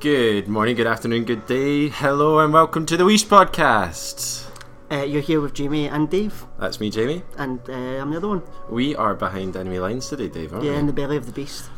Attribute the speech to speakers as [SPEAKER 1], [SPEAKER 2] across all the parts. [SPEAKER 1] Good morning, good afternoon, good day. Hello, and welcome to the Weesh Podcast.
[SPEAKER 2] Uh, you're here with Jamie and Dave,
[SPEAKER 1] That's me, Jamie.
[SPEAKER 2] and uh, I'm the other one.
[SPEAKER 1] We are behind enemy lines today, Dave, aren't
[SPEAKER 2] Yeah, in the belly of the beast.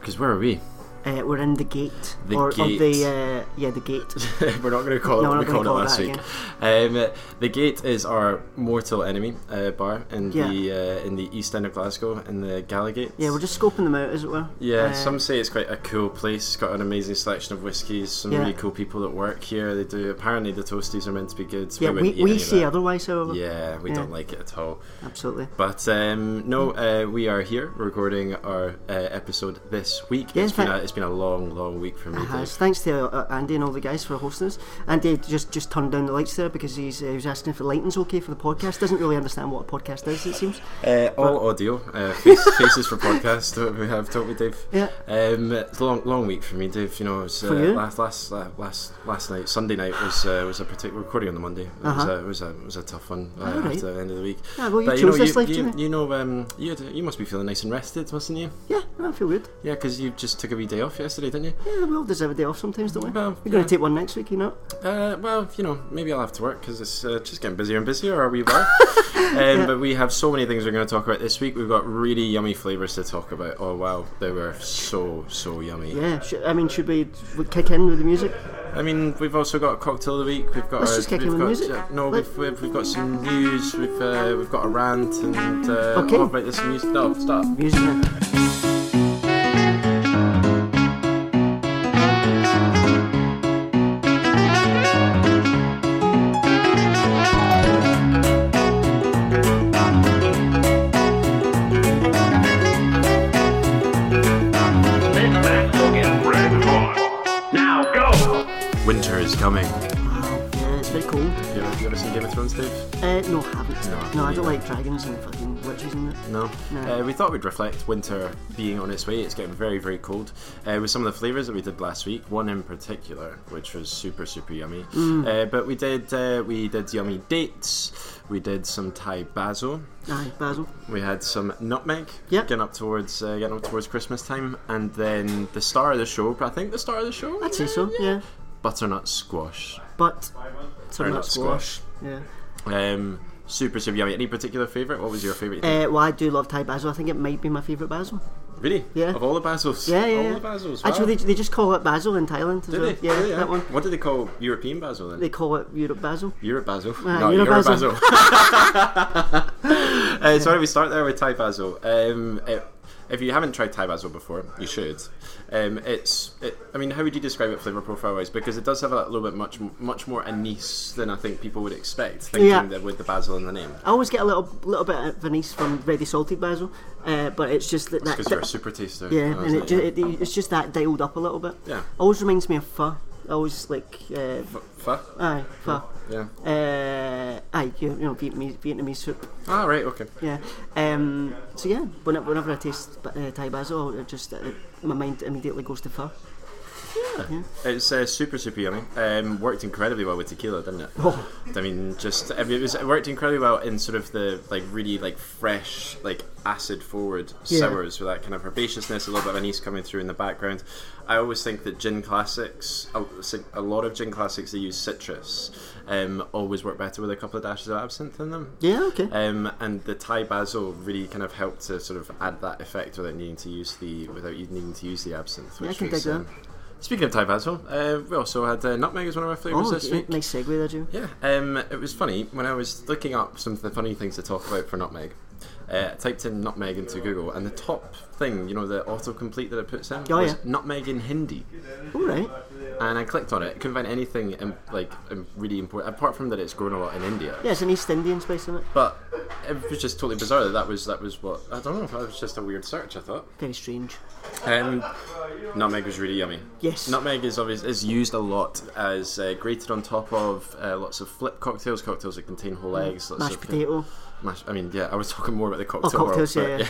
[SPEAKER 1] Because where are we?
[SPEAKER 2] Uh, we're in the gate.
[SPEAKER 1] The
[SPEAKER 2] or,
[SPEAKER 1] gate.
[SPEAKER 2] Or the, uh, yeah, the gate.
[SPEAKER 1] we're not going to call
[SPEAKER 2] No,
[SPEAKER 1] it
[SPEAKER 2] we're
[SPEAKER 1] what we
[SPEAKER 2] not
[SPEAKER 1] called it
[SPEAKER 2] gonna
[SPEAKER 1] last week. Um, the Gate is our mortal enemy uh, bar in the uh, in the east end of Glasgow, in the Gallagate.
[SPEAKER 2] yeah, we're just scoping them out, as it were.
[SPEAKER 1] Yeah,
[SPEAKER 2] Uh,
[SPEAKER 1] some say it's quite a cool place. It's got an amazing selection of whiskies. Some
[SPEAKER 2] Yeah.
[SPEAKER 1] really cool people that work here. They do. Apparently, the toasties are meant to be good. so
[SPEAKER 2] Yeah,
[SPEAKER 1] wouldn't
[SPEAKER 2] we,
[SPEAKER 1] eat any
[SPEAKER 2] we
[SPEAKER 1] of
[SPEAKER 2] say
[SPEAKER 1] that.
[SPEAKER 2] otherwise, however.
[SPEAKER 1] Yeah, we
[SPEAKER 2] Yeah.
[SPEAKER 1] don't like it at all.
[SPEAKER 2] Absolutely.
[SPEAKER 1] But um, no, uh, we are here recording our uh, episode this week.
[SPEAKER 2] Yeah,
[SPEAKER 1] it's
[SPEAKER 2] in
[SPEAKER 1] been a,
[SPEAKER 2] fact-
[SPEAKER 1] it's been a long, long week for me.
[SPEAKER 2] It
[SPEAKER 1] Dave.
[SPEAKER 2] has. Thanks to uh, Andy and all the guys for hosting us. Andy just just turned down the lights there because he's uh, he was asking if the lighting's okay for the podcast. Doesn't really understand what a podcast is, it seems.
[SPEAKER 1] Uh, all audio uh, face, faces for podcast that we have, don't we, Dave?
[SPEAKER 2] Yeah.
[SPEAKER 1] Um, it's a long, long week for me, Dave. You know, it was, uh,
[SPEAKER 2] For you?
[SPEAKER 1] last last la- last last night, Sunday night was uh, was a particular recording on the Monday. It
[SPEAKER 2] Uh-huh.
[SPEAKER 1] was a, it was a it was a tough one uh,
[SPEAKER 2] All right.
[SPEAKER 1] after the end of the week.
[SPEAKER 2] Yeah, Ah, well, you
[SPEAKER 1] but
[SPEAKER 2] chose
[SPEAKER 1] you know,
[SPEAKER 2] this
[SPEAKER 1] you,
[SPEAKER 2] life,
[SPEAKER 1] you,
[SPEAKER 2] didn't you?
[SPEAKER 1] you know, um, you had- you must be feeling nice and rested, mustn't you?
[SPEAKER 2] Yeah, no, I feel good.
[SPEAKER 1] Yeah, because you just took a wee day off yesterday, didn't you?
[SPEAKER 2] Yeah, we all deserve a day off sometimes, don't we?
[SPEAKER 1] Well,
[SPEAKER 2] You're going
[SPEAKER 1] yeah.
[SPEAKER 2] to take one next week, you know?
[SPEAKER 1] Uh, well, you know, maybe I'll have to work because it's uh, just getting busier and busier. Are we well? um, But we have so many things we're going to talk about this week. We've got really yummy flavors to talk about. Oh wow, they were so so yummy.
[SPEAKER 2] Yeah, sh- I mean, should we we kick in with the music?
[SPEAKER 1] I mean, we've also got a cocktail of the week. We've got
[SPEAKER 2] Let's
[SPEAKER 1] a,
[SPEAKER 2] just kick
[SPEAKER 1] we've
[SPEAKER 2] in with
[SPEAKER 1] got,
[SPEAKER 2] music.
[SPEAKER 1] uh, no,
[SPEAKER 2] Let-
[SPEAKER 1] we've, we've, we've got some news. We've uh, we've got a rant and uh,
[SPEAKER 2] Okay.
[SPEAKER 1] all about this music. No, stop.
[SPEAKER 2] Music then.
[SPEAKER 3] Now go!
[SPEAKER 1] Winter is coming.
[SPEAKER 2] Yeah, it's very cold.
[SPEAKER 1] You ever, you ever seen Game of Thrones, Dave?
[SPEAKER 2] Uh, no,
[SPEAKER 1] No,
[SPEAKER 2] I haven't.
[SPEAKER 1] I
[SPEAKER 2] No,
[SPEAKER 1] haven't
[SPEAKER 2] I don't
[SPEAKER 1] either.
[SPEAKER 2] like dragons and fucking witches and that.
[SPEAKER 1] No.
[SPEAKER 2] No.
[SPEAKER 1] Uh, we thought we'd reflect winter being on its way. It's getting very, very cold. Uh, with some of the flavours that we did last week, one in particular, which was super, super yummy.
[SPEAKER 2] Mm.
[SPEAKER 1] Uh, but we did uh, we did yummy dates. We did some Thai basil.
[SPEAKER 2] Aye, Basil.
[SPEAKER 1] We had some nutmeg.
[SPEAKER 2] Yeah.
[SPEAKER 1] Getting up towards uh, getting up towards Christmas time, and then the star of the show. I think the star of the show.
[SPEAKER 2] I'd say so, yeah.
[SPEAKER 1] Butternut squash.
[SPEAKER 2] But some
[SPEAKER 1] Butternut
[SPEAKER 2] nut squash. Yeah.
[SPEAKER 1] Um, super, super yummy. Any particular favourite? What was your favourite?
[SPEAKER 2] Uh, well, I do love Thai basil. I think it might be my favourite basil.
[SPEAKER 1] really?
[SPEAKER 2] yeah.
[SPEAKER 1] Of all the basils.
[SPEAKER 2] Yeah, yeah.
[SPEAKER 1] All
[SPEAKER 2] yeah.
[SPEAKER 1] the basils. wow.
[SPEAKER 2] Actually, they, they just call it basil in Thailand. as
[SPEAKER 1] Did
[SPEAKER 2] well.
[SPEAKER 1] they?
[SPEAKER 2] Yeah,
[SPEAKER 1] Oh,
[SPEAKER 2] that one.
[SPEAKER 1] What do they call European basil then?
[SPEAKER 2] They call it Europe basil.
[SPEAKER 1] Europe basil.
[SPEAKER 2] Ah,
[SPEAKER 1] no,
[SPEAKER 2] Europe
[SPEAKER 1] Europe basil.
[SPEAKER 2] basil.
[SPEAKER 1] uh, so why don't we start there with Thai basil? Um, it- if you haven't tried Thai basil before, you should. Um, it's, it, I mean, how would you describe it flavor profile wise? Because it does have a little bit much, much more anise than I think people would expect, thinking
[SPEAKER 2] Yeah.
[SPEAKER 1] that with the basil in the name.
[SPEAKER 2] I always get a little little bit of anise from ready salted basil, uh, but it's just that. that
[SPEAKER 1] Because you're a super taster.
[SPEAKER 2] yeah,
[SPEAKER 1] Oh,
[SPEAKER 2] and
[SPEAKER 1] isn't
[SPEAKER 2] it, ju- it, it's just that dialed up a little bit.
[SPEAKER 1] Yeah.
[SPEAKER 2] Always reminds me of pho. Always like. Uh,
[SPEAKER 1] Pho?
[SPEAKER 2] aye, pho.
[SPEAKER 1] Yeah.
[SPEAKER 2] Uh, aye, you, you know, Vietnamese, Vietnamese soup.
[SPEAKER 1] Ah, right, okay.
[SPEAKER 2] Yeah. Um, so yeah, whenever, whenever I taste uh, Thai basil, it just uh, my mind immediately goes to pho.
[SPEAKER 1] It's uh, super, super yummy. Um, worked incredibly well with tequila, didn't it?
[SPEAKER 2] Oh.
[SPEAKER 1] I mean, just I mean, it, was, it worked incredibly well in sort of the like really like fresh, like acid forward
[SPEAKER 2] Yeah.
[SPEAKER 1] sours with that kind of herbaceousness, a little bit of anise coming through in the background. I always think that gin classics, a, a lot of gin classics that use citrus, um, always work better with a couple of dashes of absinthe in them.
[SPEAKER 2] Yeah, okay.
[SPEAKER 1] Um, and the Thai basil really kind of helped to sort of add that effect without needing to use the without you needing to use the absinthe. Which
[SPEAKER 2] I can
[SPEAKER 1] was,
[SPEAKER 2] dig that.
[SPEAKER 1] um, Speaking of Thai basil, uh, we also had uh, nutmeg as one of our flavours
[SPEAKER 2] oh,
[SPEAKER 1] this
[SPEAKER 2] yeah,
[SPEAKER 1] week.
[SPEAKER 2] nice segue there, Jim.
[SPEAKER 1] Yeah, um, it was funny when I was looking up some of the funny things to talk about for nutmeg. Uh, I typed in nutmeg into Google, and the top thing, you know, the autocomplete that it puts in,
[SPEAKER 2] Oh,
[SPEAKER 1] was
[SPEAKER 2] yeah.
[SPEAKER 1] nutmeg in Hindi.
[SPEAKER 2] All right.
[SPEAKER 1] And I clicked on it, couldn't find anything um, like um, really important apart from that it's grown a lot in India.
[SPEAKER 2] Yeah, it's an East Indian spice in it.
[SPEAKER 1] But it was just totally bizarre that that was that was what I don't know. That was just a weird search. I thought.
[SPEAKER 2] Very strange.
[SPEAKER 1] Um, nutmeg was really yummy.
[SPEAKER 2] Yes.
[SPEAKER 1] Nutmeg is obvious is used a lot as uh, grated on top of uh, lots of flip cocktails, cocktails that contain whole eggs, lots
[SPEAKER 2] Mm. Mashed
[SPEAKER 1] of
[SPEAKER 2] potato. Oh,
[SPEAKER 1] mash. I mean, yeah, I was talking more about the cocktail.
[SPEAKER 2] cocktails,
[SPEAKER 1] world,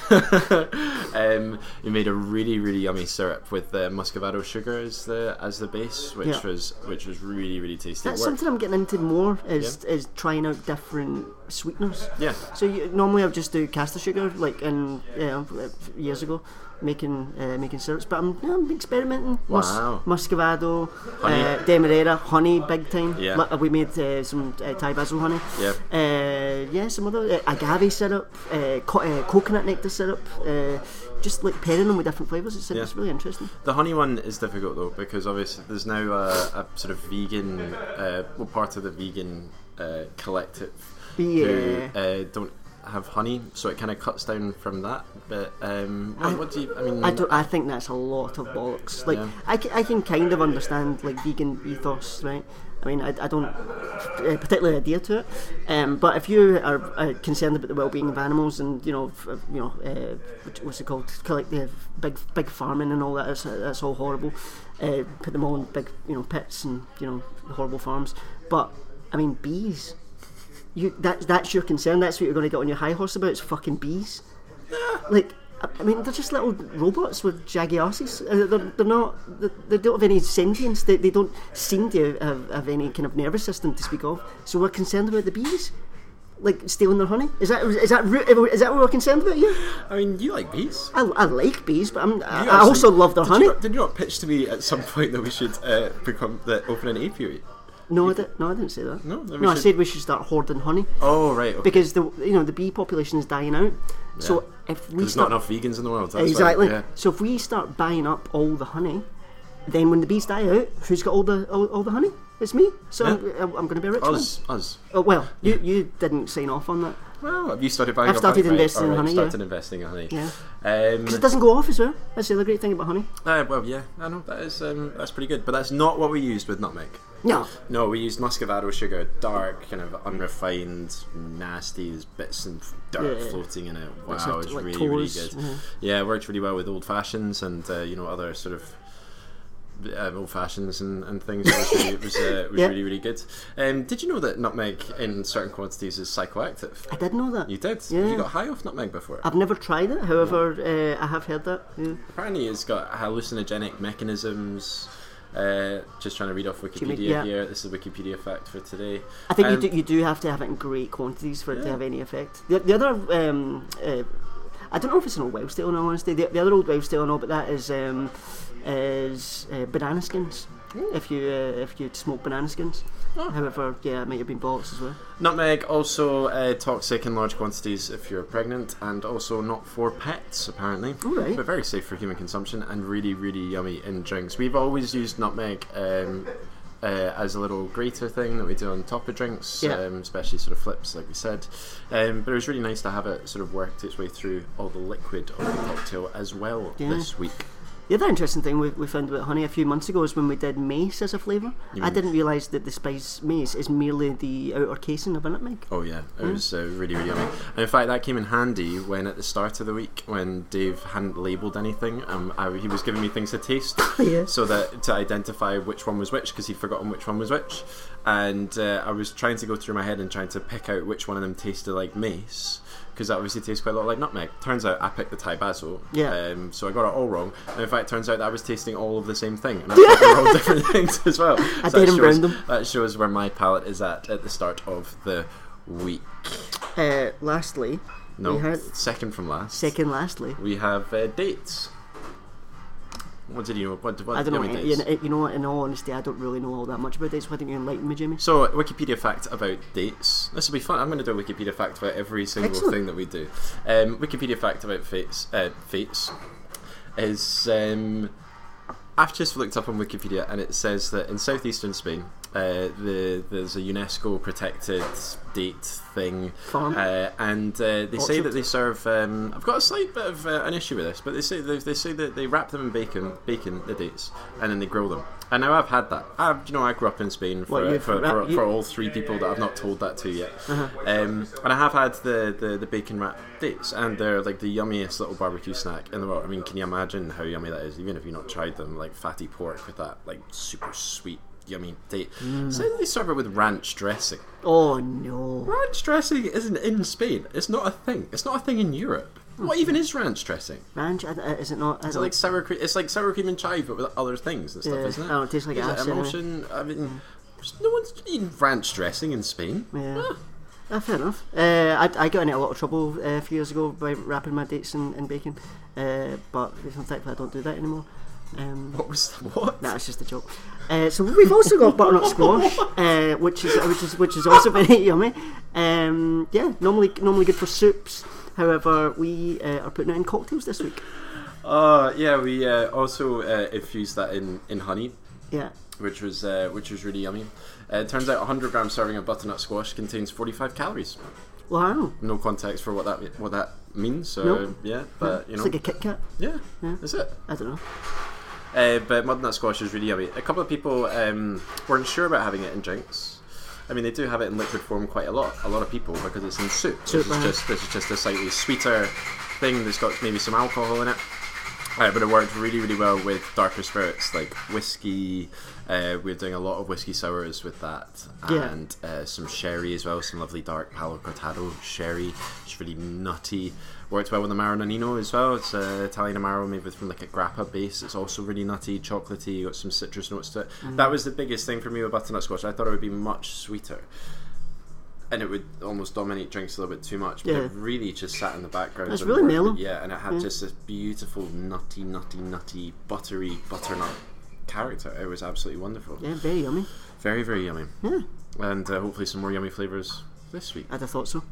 [SPEAKER 1] but- um, we made a really, really yummy syrup with uh, muscovado sugar as the as the base, which
[SPEAKER 2] Yeah.
[SPEAKER 1] was which was really, really tasty. It
[SPEAKER 2] That's
[SPEAKER 1] worked.
[SPEAKER 2] something I'm getting into more is is trying out different sweeteners.
[SPEAKER 1] Yeah.
[SPEAKER 2] So you, normally I would just do caster sugar, like in yeah, um, years ago, making uh, making syrups. But I'm, yeah, I'm experimenting.
[SPEAKER 1] Wow.
[SPEAKER 2] Muscovado,
[SPEAKER 1] Honey.
[SPEAKER 2] Uh, demerara, honey, big time.
[SPEAKER 1] Yeah.
[SPEAKER 2] Like, we made uh, some uh, Thai basil honey.
[SPEAKER 1] Yeah.
[SPEAKER 2] Uh, yeah, some other uh, agave syrup, uh, co- uh, coconut nectar syrup. Uh, just like pairing them with different flavors. It's, it's
[SPEAKER 1] Yeah.
[SPEAKER 2] really interesting.
[SPEAKER 1] The honey one is difficult though because obviously there's now a, a sort of vegan, uh, well, part of the vegan uh, collective
[SPEAKER 2] Yeah.
[SPEAKER 1] who uh, don't have honey, so it kind of cuts down from that. But um, what, what do you? I mean,
[SPEAKER 2] I, don't, I think that's a lot of bollocks. Like,
[SPEAKER 1] Yeah.
[SPEAKER 2] I, ca- I can kind of understand like vegan ethos, right? I mean, I, I don't uh, particularly adhere to it, um, but if you are uh, concerned about the well-being of animals and you know, f- you know, uh, what- what's it called, collective big big farming and all that, that's, that's all horrible. Uh, put them all in big, you know, pits and you know, horrible farms. But I mean, bees. You that that's your concern. That's what you're going to get on your high horse about. It's fucking bees like I- I mean, they're just little robots with jaggy asses. Uh, They're, they're not. They, they don't have any sentience. They, they don't seem to have, have any kind of nervous system to speak of. So we're concerned about the bees, like stealing their honey. Is that is that ru- is that what we're concerned about? Yeah,
[SPEAKER 1] I mean, you like bees.
[SPEAKER 2] I, I like bees, but I'm, I,
[SPEAKER 1] You
[SPEAKER 2] I
[SPEAKER 1] actually-
[SPEAKER 2] also love their
[SPEAKER 1] did
[SPEAKER 2] honey.
[SPEAKER 1] You not, did you not pitch to me at some point that we should uh, become the open an apiary?
[SPEAKER 2] no, I di- no, I didn't say that.
[SPEAKER 1] No, then we
[SPEAKER 2] no, I
[SPEAKER 1] should-
[SPEAKER 2] said we should start hoarding honey
[SPEAKER 1] Oh right, okay.
[SPEAKER 2] because the you know the bee population is dying out. So if we
[SPEAKER 1] there's
[SPEAKER 2] start,
[SPEAKER 1] not enough vegans in the world. that's why,
[SPEAKER 2] Exactly.
[SPEAKER 1] yeah.
[SPEAKER 2] So if we start buying up all the honey, then when the bees die out, who's got all the all, all the honey? It's me. So
[SPEAKER 1] Yeah.
[SPEAKER 2] I'm, I'm going to be a rich man.
[SPEAKER 1] Us, us.
[SPEAKER 2] Oh, well, you you didn't sign off on that.
[SPEAKER 1] Well, have you started buying?
[SPEAKER 2] I've
[SPEAKER 1] up
[SPEAKER 2] started
[SPEAKER 1] honey? Right,
[SPEAKER 2] investing in
[SPEAKER 1] alright,
[SPEAKER 2] honey, yeah.
[SPEAKER 1] Started investing in honey.
[SPEAKER 2] Yeah.
[SPEAKER 1] Um,
[SPEAKER 2] It doesn't go off as well. That's the other great thing about honey.
[SPEAKER 1] Uh, well, yeah, I know that is um, that's pretty good, but that's not what we used with nutmeg.
[SPEAKER 2] No.
[SPEAKER 1] No, we used muscovado sugar, dark, kind of unrefined, nasty. There's bits and dirt
[SPEAKER 2] Yeah.
[SPEAKER 1] floating in it. Wow, it's
[SPEAKER 2] Bits of, like,
[SPEAKER 1] really, really
[SPEAKER 2] tores,
[SPEAKER 1] good.
[SPEAKER 2] mhm.
[SPEAKER 1] Yeah, it worked really well with old fashions and uh, you know other sort of. Uh, old fashions and, and things it was, really, it was, uh, it was
[SPEAKER 2] Yeah.
[SPEAKER 1] really really good. Um, did you know that nutmeg in certain quantities is psychoactive?
[SPEAKER 2] I did know that.
[SPEAKER 1] You did. Have
[SPEAKER 2] Yeah.
[SPEAKER 1] you got high off nutmeg before?
[SPEAKER 2] I've never tried it. However, uh, I have heard that. Yeah.
[SPEAKER 1] Apparently, it's got hallucinogenic mechanisms. Uh, just trying to read off Wikipedia
[SPEAKER 2] make- yeah.
[SPEAKER 1] here. This is Wikipedia fact for today.
[SPEAKER 2] I think
[SPEAKER 1] Um,
[SPEAKER 2] you, do, you do have to have it in great quantities for it to
[SPEAKER 1] Yeah.
[SPEAKER 2] have any effect. The, the other, um, uh, I don't know if it's an old wives' tale in all honesty. The, the other old wives' tale and all, but that is um, is uh, banana skins.
[SPEAKER 1] Hmm.
[SPEAKER 2] If you uh, if you smoke banana skins,
[SPEAKER 1] Oh.
[SPEAKER 2] however, yeah, it might have been bollocks as well.
[SPEAKER 1] Nutmeg also uh, toxic in large quantities if you're pregnant, and also not for pets apparently.
[SPEAKER 2] right.
[SPEAKER 1] But very safe for human consumption and really, really yummy in drinks. We've always used nutmeg um, uh, as a little grater thing that we do on top of drinks,
[SPEAKER 2] Yeah.
[SPEAKER 1] um, especially sort of flips, like we said. Um, but it was really nice to have it sort of worked its way through all the liquid of the cocktail as well
[SPEAKER 2] Yeah.
[SPEAKER 1] this week.
[SPEAKER 2] The other interesting thing we, we found about honey a few months ago is when we did mace as a flavour. I didn't realise that the spice mace is merely the outer casing of a nutmeg.
[SPEAKER 1] Oh yeah, it
[SPEAKER 2] Mm.
[SPEAKER 1] was uh, really really yummy. And in fact, that came in handy when at the start of the week when Dave hadn't labelled anything, um, I, he was giving me things to taste,
[SPEAKER 2] Yeah.
[SPEAKER 1] so that to identify which one was which because he'd forgotten which one was which, and uh, I was trying to go through my head and trying to pick out which one of them tasted like mace. Because that obviously tastes quite a lot like nutmeg. Turns out I picked the Thai basil,
[SPEAKER 2] Yeah.
[SPEAKER 1] Um, so I got it all wrong. And in fact, turns out that I was tasting all of the same thing, and I thought they were all different things as well. So that
[SPEAKER 2] did and
[SPEAKER 1] shows-
[SPEAKER 2] browned them.
[SPEAKER 1] that shows where my palate is at at the start of the week.
[SPEAKER 2] Uh, lastly,
[SPEAKER 1] No,
[SPEAKER 2] we had
[SPEAKER 1] second from last.
[SPEAKER 2] second lastly.
[SPEAKER 1] We have uh, dates. What did you know? What, what
[SPEAKER 2] I don't know.
[SPEAKER 1] did
[SPEAKER 2] You
[SPEAKER 1] dates?
[SPEAKER 2] know, you know what? In all honesty, I don't really know all that much about this. Why don't you enlighten me, Jimmy?
[SPEAKER 1] So, Wikipedia fact about dates. This will be fun. I'm going to do a Wikipedia fact about every single
[SPEAKER 2] Excellent.
[SPEAKER 1] thing that we do. Um, Wikipedia fact about fates. Uh, fates is. Um, I've just looked up on Wikipedia, and it says that in southeastern Spain, uh, the, there's a UNESCO protected date thing,
[SPEAKER 2] Farm.
[SPEAKER 1] Uh, and uh, they say
[SPEAKER 2] Orchard.
[SPEAKER 1] that they serve. Um, I've got a slight bit of uh, an issue with this, but they say they, they say that they wrap them in bacon, bacon the dates, and then they grill them. And now I've had that. I, you know, I grew up in Spain for,
[SPEAKER 2] What, you've
[SPEAKER 1] for,
[SPEAKER 2] wrap-
[SPEAKER 1] for,
[SPEAKER 2] you- Uh-huh.
[SPEAKER 1] for all three people that I've not told that to yet. Um, and I have had the, the, the bacon wrap dates, and they're like the yummiest little barbecue snack in the world. I mean, can you imagine how yummy that is? Even if you've not tried them, like fatty pork with that like super sweet yummy date.
[SPEAKER 2] Mm.
[SPEAKER 1] So then they serve it with ranch dressing.
[SPEAKER 2] Oh no.
[SPEAKER 1] Ranch dressing isn't in Spain. It's not a thing. It's not a thing in Europe.
[SPEAKER 2] Hmm.
[SPEAKER 1] What even is ranch dressing?
[SPEAKER 2] Ranch? I, I- is it not? I
[SPEAKER 1] Is it
[SPEAKER 2] don't,
[SPEAKER 1] like sour cream? It's like sour cream and chive, but with other things and stuff,
[SPEAKER 2] Yeah.
[SPEAKER 1] isn't it?
[SPEAKER 2] Oh, it tastes like
[SPEAKER 1] Is
[SPEAKER 2] ass,
[SPEAKER 1] it
[SPEAKER 2] yeah.
[SPEAKER 1] emulsion? I mean, there's no one's eating ranch dressing in Spain.
[SPEAKER 2] Yeah.
[SPEAKER 1] Ah,
[SPEAKER 2] Ah, fair enough. Uh, I, I got into a lot of trouble uh, a few years ago by wrapping my dates in, in bacon, uh, but thankfully I don't do that anymore. Um,
[SPEAKER 1] What was the, what?
[SPEAKER 2] That's just a joke. Uh, so we've also got butternut squash, uh, which is which is which is also very yummy. Um, yeah, normally normally good for soups. However, we uh, are putting it in cocktails this week.
[SPEAKER 1] Uh, yeah, we uh, also uh, infused that in, in honey,
[SPEAKER 2] Yeah,
[SPEAKER 1] which was uh, which was really yummy. Uh, it turns out a 100 gram serving of butternut squash contains 45 calories.
[SPEAKER 2] wow,
[SPEAKER 1] No context for what that what that means. So
[SPEAKER 2] Nope.
[SPEAKER 1] yeah, but you
[SPEAKER 2] it's
[SPEAKER 1] know,
[SPEAKER 2] like a Kit Kat.
[SPEAKER 1] yeah, that's it.
[SPEAKER 2] I don't know.
[SPEAKER 1] Uh, but mud nut squash is really yummy. A couple of people um, weren't sure about having it in drinks. I mean, they do have it in liquid form quite a lot. A lot of people because it's in soup.
[SPEAKER 2] Soup,
[SPEAKER 1] this
[SPEAKER 2] uh-huh.
[SPEAKER 1] is just this is just a slightly sweeter thing that's got maybe some alcohol in it. Uh, but it worked really, really well with darker spirits like whiskey. Uh, we're doing a lot of whiskey sours with that,
[SPEAKER 2] Yeah.
[SPEAKER 1] and uh, some sherry as well. Some lovely dark Palo Cortado sherry. It's really nutty. Worked well with the Marinonino as well. It's uh, Italian Amaro made with from like a grappa base. It's also really nutty, chocolatey. Got some citrus notes to it.
[SPEAKER 2] Mm.
[SPEAKER 1] That was the biggest thing for me with butternut squash. I thought it would be much sweeter. And it would almost dominate drinks a little bit too much, but
[SPEAKER 2] Yeah.
[SPEAKER 1] it really just sat in the background.
[SPEAKER 2] It's
[SPEAKER 1] and
[SPEAKER 2] really
[SPEAKER 1] worked
[SPEAKER 2] mellow.
[SPEAKER 1] it- yeah, and it had
[SPEAKER 2] Mm.
[SPEAKER 1] just this beautiful, nutty, nutty, nutty, buttery, butternut character. It was absolutely wonderful.
[SPEAKER 2] Yeah, Mm. very yummy.
[SPEAKER 1] Very, very yummy.
[SPEAKER 2] Yeah,
[SPEAKER 1] And uh, hopefully some more yummy flavours this week.
[SPEAKER 2] I'd have thought so.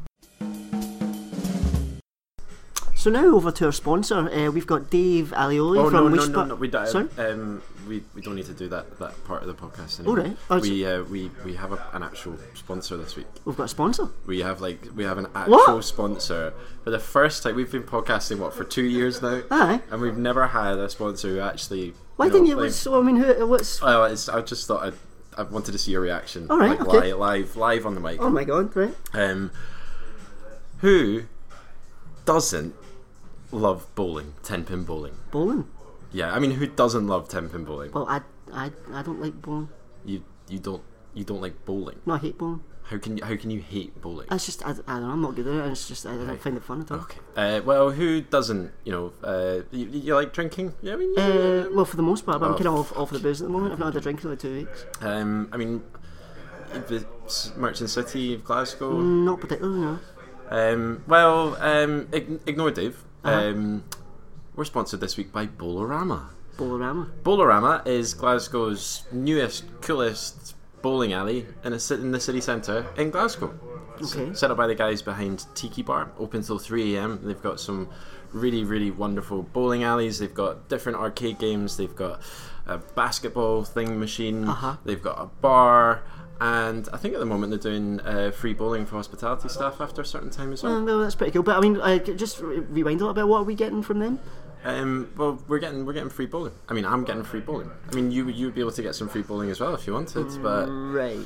[SPEAKER 2] So now over to our sponsor. Uh, we've got Dave Alioli
[SPEAKER 1] Oh, no,
[SPEAKER 2] from
[SPEAKER 1] no,
[SPEAKER 2] Leaf
[SPEAKER 1] no,
[SPEAKER 2] Spur-
[SPEAKER 1] no, we don't.
[SPEAKER 2] Sorry?
[SPEAKER 1] Um, we, we don't need to do that, that part of the podcast anymore.
[SPEAKER 2] All right. Oh,
[SPEAKER 1] we, uh, we, we have a, an actual sponsor this week.
[SPEAKER 2] We've got a sponsor.
[SPEAKER 1] We have like we have an actual
[SPEAKER 2] What?
[SPEAKER 1] sponsor for the first time. We've been podcasting what for two years now,
[SPEAKER 2] Aye.
[SPEAKER 1] and we've never had a sponsor who actually.
[SPEAKER 2] Why
[SPEAKER 1] you know,
[SPEAKER 2] didn't you?
[SPEAKER 1] like-
[SPEAKER 2] what's, I mean, who, what's?
[SPEAKER 1] Oh, it's, I just thought I, I wanted to see your reaction.
[SPEAKER 2] All right,
[SPEAKER 1] like,
[SPEAKER 2] okay.
[SPEAKER 1] li- live, live, on the mic.
[SPEAKER 2] Oh my God! Right?
[SPEAKER 1] Um, who doesn't love bowling? Ten pin bowling.
[SPEAKER 2] Bowling.
[SPEAKER 1] Yeah, I mean, who doesn't love ten pin bowling?
[SPEAKER 2] Well, I, I, I don't like bowling.
[SPEAKER 1] You you don't you don't like bowling.
[SPEAKER 2] No, I hate bowling.
[SPEAKER 1] How can you how can you hate bowling?
[SPEAKER 2] It's just I, I don't know. I'm not good at it. and It's just I don't find it fun at all.
[SPEAKER 1] Okay. Uh, well, who doesn't? You know, uh, you, you like drinking? Yeah, I mean, you-
[SPEAKER 2] Uh, well, for the most part, but I'm
[SPEAKER 1] Oh,
[SPEAKER 2] kind of off, off the booze at the moment. I've not had a drink in like two weeks.
[SPEAKER 1] Um, I mean, the s- Merchant City of Glasgow.
[SPEAKER 2] Not particularly, no.
[SPEAKER 1] Um, well, um, ign- ignore Dave.
[SPEAKER 2] Uh-huh.
[SPEAKER 1] Um, we're sponsored this week by Bolorama.
[SPEAKER 2] Bolorama.
[SPEAKER 1] Bolorama is Glasgow's newest, coolest bowling alley in, a, ci- in the city centre in Glasgow. It's
[SPEAKER 2] Okay.
[SPEAKER 1] Set up by the guys behind Tiki Bar, open till 3 a.m. They've got some really, really wonderful bowling alleys. They've got different arcade games. They've got a basketball thing machine.
[SPEAKER 2] Uh-huh.
[SPEAKER 1] They've got a bar. And I think at the moment they're doing uh, free bowling for hospitality staff after a certain time as well.
[SPEAKER 2] Uh, no, that's pretty cool. But I mean, I, just re- rewind a little bit. What are we getting from them?
[SPEAKER 1] Um, well, we're getting we're getting free bowling. I mean, I'm getting free bowling. I mean, you you would be able to get some free bowling as well if you wanted. But,
[SPEAKER 2] Right.